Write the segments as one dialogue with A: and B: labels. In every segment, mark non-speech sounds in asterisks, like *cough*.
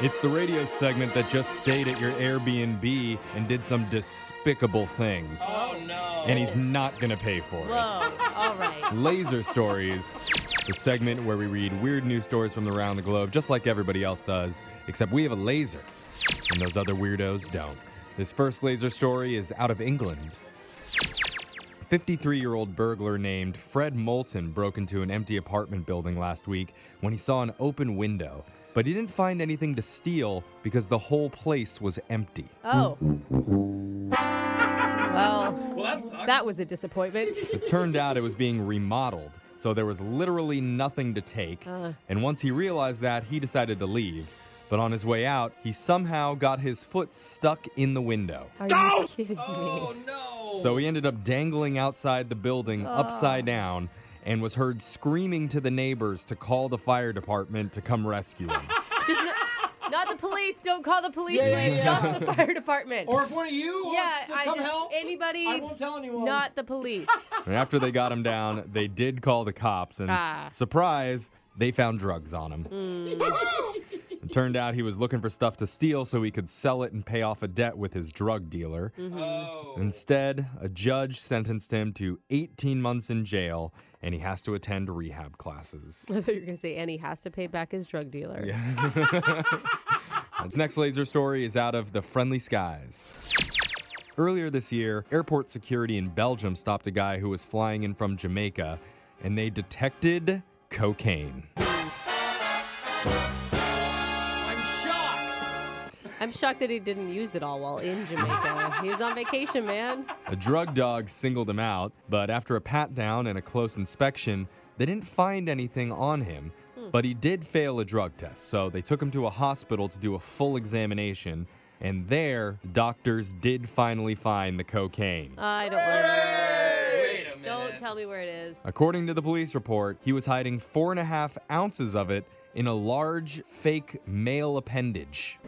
A: It's the radio segment that just stayed at your Airbnb and did some despicable things.
B: Oh no.
A: And he's not going to pay for
B: Whoa.
A: it.
B: Oh, All right.
A: Laser Stories, the segment where we read weird news stories from around the globe, just like everybody else does, except we have a laser, and those other weirdos don't. This first laser story is out of England. 53 year old burglar named Fred Moulton broke into an empty apartment building last week when he saw an open window, but he didn't find anything to steal because the whole place was empty.
B: Oh. Well,
C: Well, that sucks.
B: that was a
C: *laughs*
B: disappointment.
A: It turned out it was being remodeled, so there was literally nothing to take. And once he realized that, he decided to leave. But on his way out, he somehow got his foot stuck in the window.
B: Are you kidding me?
C: Oh no.
A: So he ended up dangling outside the building upside down and was heard screaming to the neighbors to call the fire department to come rescue him.
B: Just n- not the police. Don't call the police.
C: Yeah, yeah,
B: please.
C: yeah.
B: Just the fire department.
C: or if one of you
B: yeah,
C: wants to
B: I
C: come
B: just-
C: help,
B: anybody.
C: I won't tell anyone.
B: Not the
C: *laughs*
B: police.
A: and after they got him down, they did call the cops and
B: Ah.
A: surprise, they found drugs on him. It turned out he was looking for stuff to steal so he could sell it and pay off a debt with his drug dealer.
C: Oh.
A: Instead, a judge sentenced him to 18 months in jail and he has to attend rehab classes.
B: I thought you were gonna say, and he has to pay back his drug dealer.
A: This next laser story is out of the friendly skies. Earlier this year, airport security in Belgium stopped a guy who was flying in from Jamaica and they detected cocaine.
C: I'm shocked.
B: I'm shocked that he didn't use it all while in Jamaica. he was on vacation, man.
A: A drug dog singled him out, but after a pat down and a close inspection, they didn't find anything on him. But he did fail a drug test, so they took him to a hospital to do a full examination. And there, the doctors did finally find the cocaine.
B: I don't remember.
C: Wait a minute.
B: Don't tell me where it is.
A: According to the police report, he was hiding four and a half ounces of it in a large fake male appendage.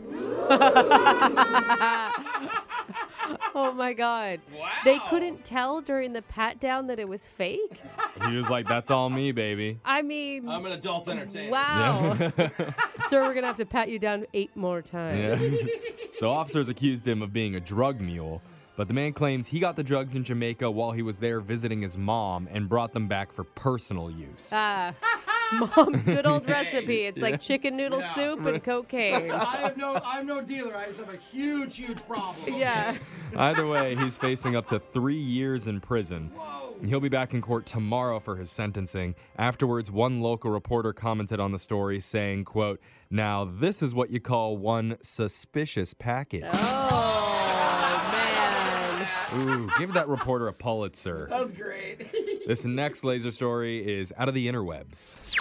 B: Oh my God.
C: Wow.
B: They couldn't tell during the pat down that it was fake.
A: He was like, That's all me, baby.
B: I mean,
C: I'm an adult entertainer.
B: wow. *laughs* Sir, we're gonna have to pat you down eight more times.
A: Yeah. *laughs* so officers accused him of being a drug mule, but the man claims he got the drugs in Jamaica while he was there visiting his mom and brought them back for personal use.
B: Ah, mom's good old
C: *laughs*
B: recipe. It's like chicken noodle
C: Yeah.
B: soup and
C: *laughs*
B: cocaine.
C: I have no. I'm no dealer. I just have a huge, huge problem.
B: yeah.
A: Either way, he's facing up to three years in prison.
C: Whoa.
A: And He'll be back in court tomorrow for his sentencing. Afterwards, one local reporter commented on the story saying, quote, Now this is what you call one suspicious package.
B: Oh man.
A: Ooh, give that reporter a Pulitzer.
C: That was great.
A: This next laser story is out of the interwebs.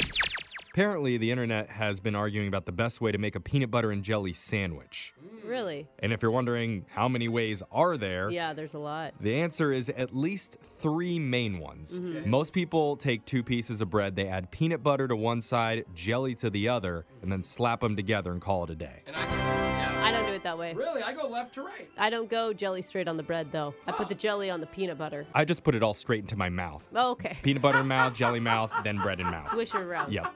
A: Apparently, the internet has been arguing about the best way to make a peanut butter and jelly sandwich.
B: Really?
A: And if you're wondering how many ways are there,
B: Mm. Yeah, there's a lot.
A: the answer is at least three main ones. Most people take two pieces of bread, they add peanut butter to one side, jelly to the other, and then slap them together and call it a day.
C: and I, yeah.
B: I don't do it that way.
C: Really, I go left to right.
B: I don't go jelly straight on the bread though. I put the jelly on the peanut butter. Oh,
A: I just put it all straight into my mouth
B: Okay.
A: peanut butter in mouth, jelly mouth, then bread in mouth.
B: Swish it around.
A: Yep.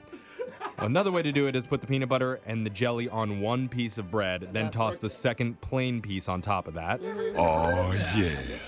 A: Another way to do it is put the peanut butter and the jelly on one piece of bread, then toss the second plain piece on top of that.
C: Interesting.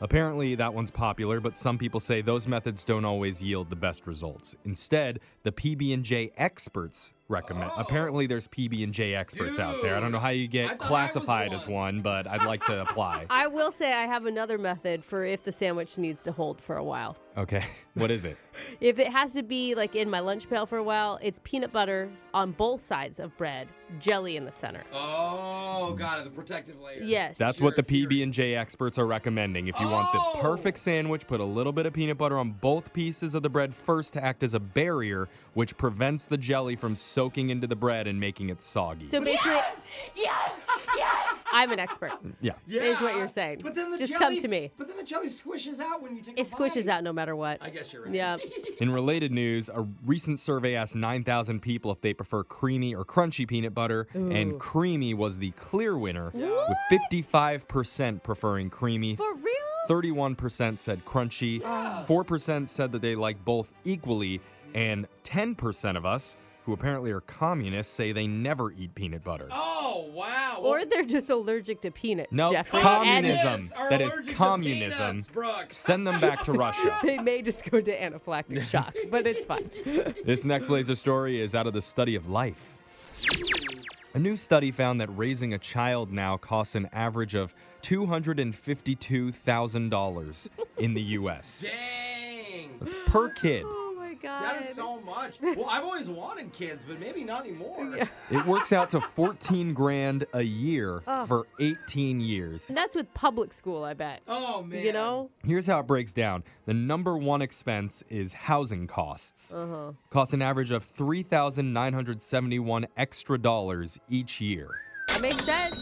A: Apparently, that one's popular, but some people say those methods don't always yield the best results. Instead, the PB&J experts recommend. Apparently, there's PB&J experts out there. I don't know how you
C: Oh. I
A: get
C: thought I was
A: classified
C: one.
A: as one, but I'd like to
C: *laughs*
A: apply.
B: I will say I have another method for if the sandwich needs to hold for a while.
A: Okay, *laughs* what is it?
B: If it has to be like in my lunch pail for a while, it's peanut butter on both sides of bread, jelly in the center.
C: Oh, got it. The protective layer.
B: Yes.
A: That's
C: Your
A: what the
C: theory.
A: PB&J experts are recommending. If you want the
C: Oh!
A: perfect sandwich, put a little bit of peanut butter on both pieces of the bread first to act as a barrier, which prevents the jelly from soaking into the bread and making it soggy.
B: So basically,
D: Yes! Yes!
B: I'm an expert.
A: yeah.
C: Yeah.
B: Is what you're saying.
C: But then the
B: Just
C: jelly-
B: come to me.
C: But then the jelly squishes out when you take. a
B: It squishes
C: bite.
B: out no matter what.
C: I guess you're right.
B: Yeah.
A: In related news, a recent survey asked 9,000 people if they prefer creamy or crunchy peanut butter,
B: Ooh.
A: and creamy was the clear winner, with 55% preferring creamy,
B: For real? Ah.
A: 31% said crunchy, 4% said that they like both equally, and 10% of us who apparently are communists, say they never eat peanut butter.
C: Oh wow.
B: Or they're just allergic to peanuts,
A: No,
B: Jeffrey.
A: communism.
B: And
C: Communists are
A: That is
C: allergic to
A: communism.
C: peanuts, Brooks.
A: Send them
C: *laughs*
A: back to Russia.
B: they may just go to anaphylactic shock, but it's fine.
A: This next laser story is out of the study of life. A new study found that raising a child now costs an average of $252,000 in the US.
C: Dang.
A: That's per kid.
B: Oh my god.
C: That is so much. Well, I've always wanted kids, but maybe not anymore.
B: *laughs*
A: It works out to 14 grand a year for 18 years.
B: And that's with public school, I bet.
C: Oh man.
B: You know?
A: Here's how it breaks down. The number one expense is housing costs.
B: Uh-huh.
A: Costs an average of 3,971 extra dollars each year.
B: It makes sense.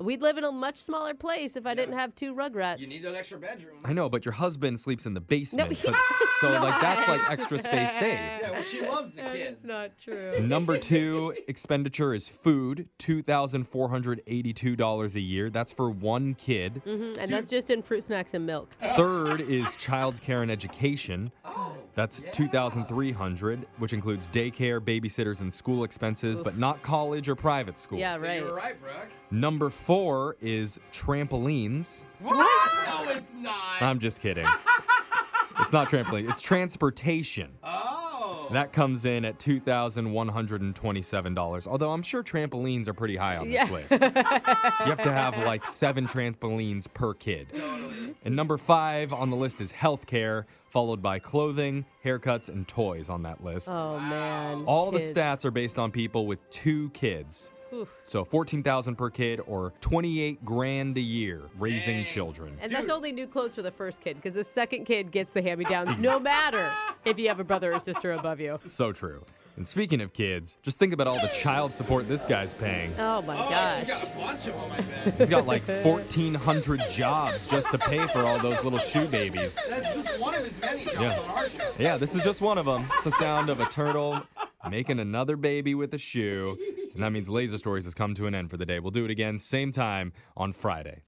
B: We'd live in a much smaller place if I didn't have two rugrats.
C: You need that extra bedroom.
A: I know, but your husband sleeps in the basement.
B: he- *laughs*
A: That's- so like that's like
B: Nice.
A: extra space saved.
C: Yeah, well, she loves the
B: *laughs* that
C: kids.
B: is not true.
A: Number two expenditure is food, two thousand four hundred eighty-two dollars a year. That's for one kid.
B: Mhm, And that's just in fruit snacks and milk.
A: Third is childcare and education.
C: Oh.
A: That's
C: yeah.
A: 2,300, which includes daycare, babysitters, and school expenses, but not college or private school.
B: Yeah,
C: So
B: right.
C: You're right, Brooke.
A: Number four is trampolines.
C: What? No, it's not.
A: I'm just kidding. it's not trampoline. It's transportation.
C: oh.
A: That comes in at two thousand one hundred and twenty-seven dollars. Although I'm sure trampolines are pretty high on this
B: Yeah.
A: list. you have to have like seven trampolines per kid.
C: Totally.
A: And number five on the list is healthcare, followed by clothing, haircuts, and toys on that list.
B: Oh man.
A: All
B: kids.
A: the stats are based on people with two kids.
B: Oof.
A: So 14,000 per kid or 28 grand a year raising
C: Dang.
A: children.
B: And that's
C: Dude.
B: only new clothes for the first kid, because the second kid gets the hand-me-downs,
A: *laughs*
B: no matter if you have a brother or sister above you.
A: So true. And speaking of kids, just think about all the child support this guy's paying.
B: Oh my
C: Oh, you
B: gosh.
C: got a bunch of them, I bet.
A: He's got like 1,400 jobs just to pay for all those little shoe babies.
C: That's just one of his many jobs
A: Yeah.
C: on our show.
A: Yeah, this is just one of them. It's a sound of a turtle making another baby with a shoe. And that means Laser Stories has come to an end for the day. We'll do it again, same time on Friday.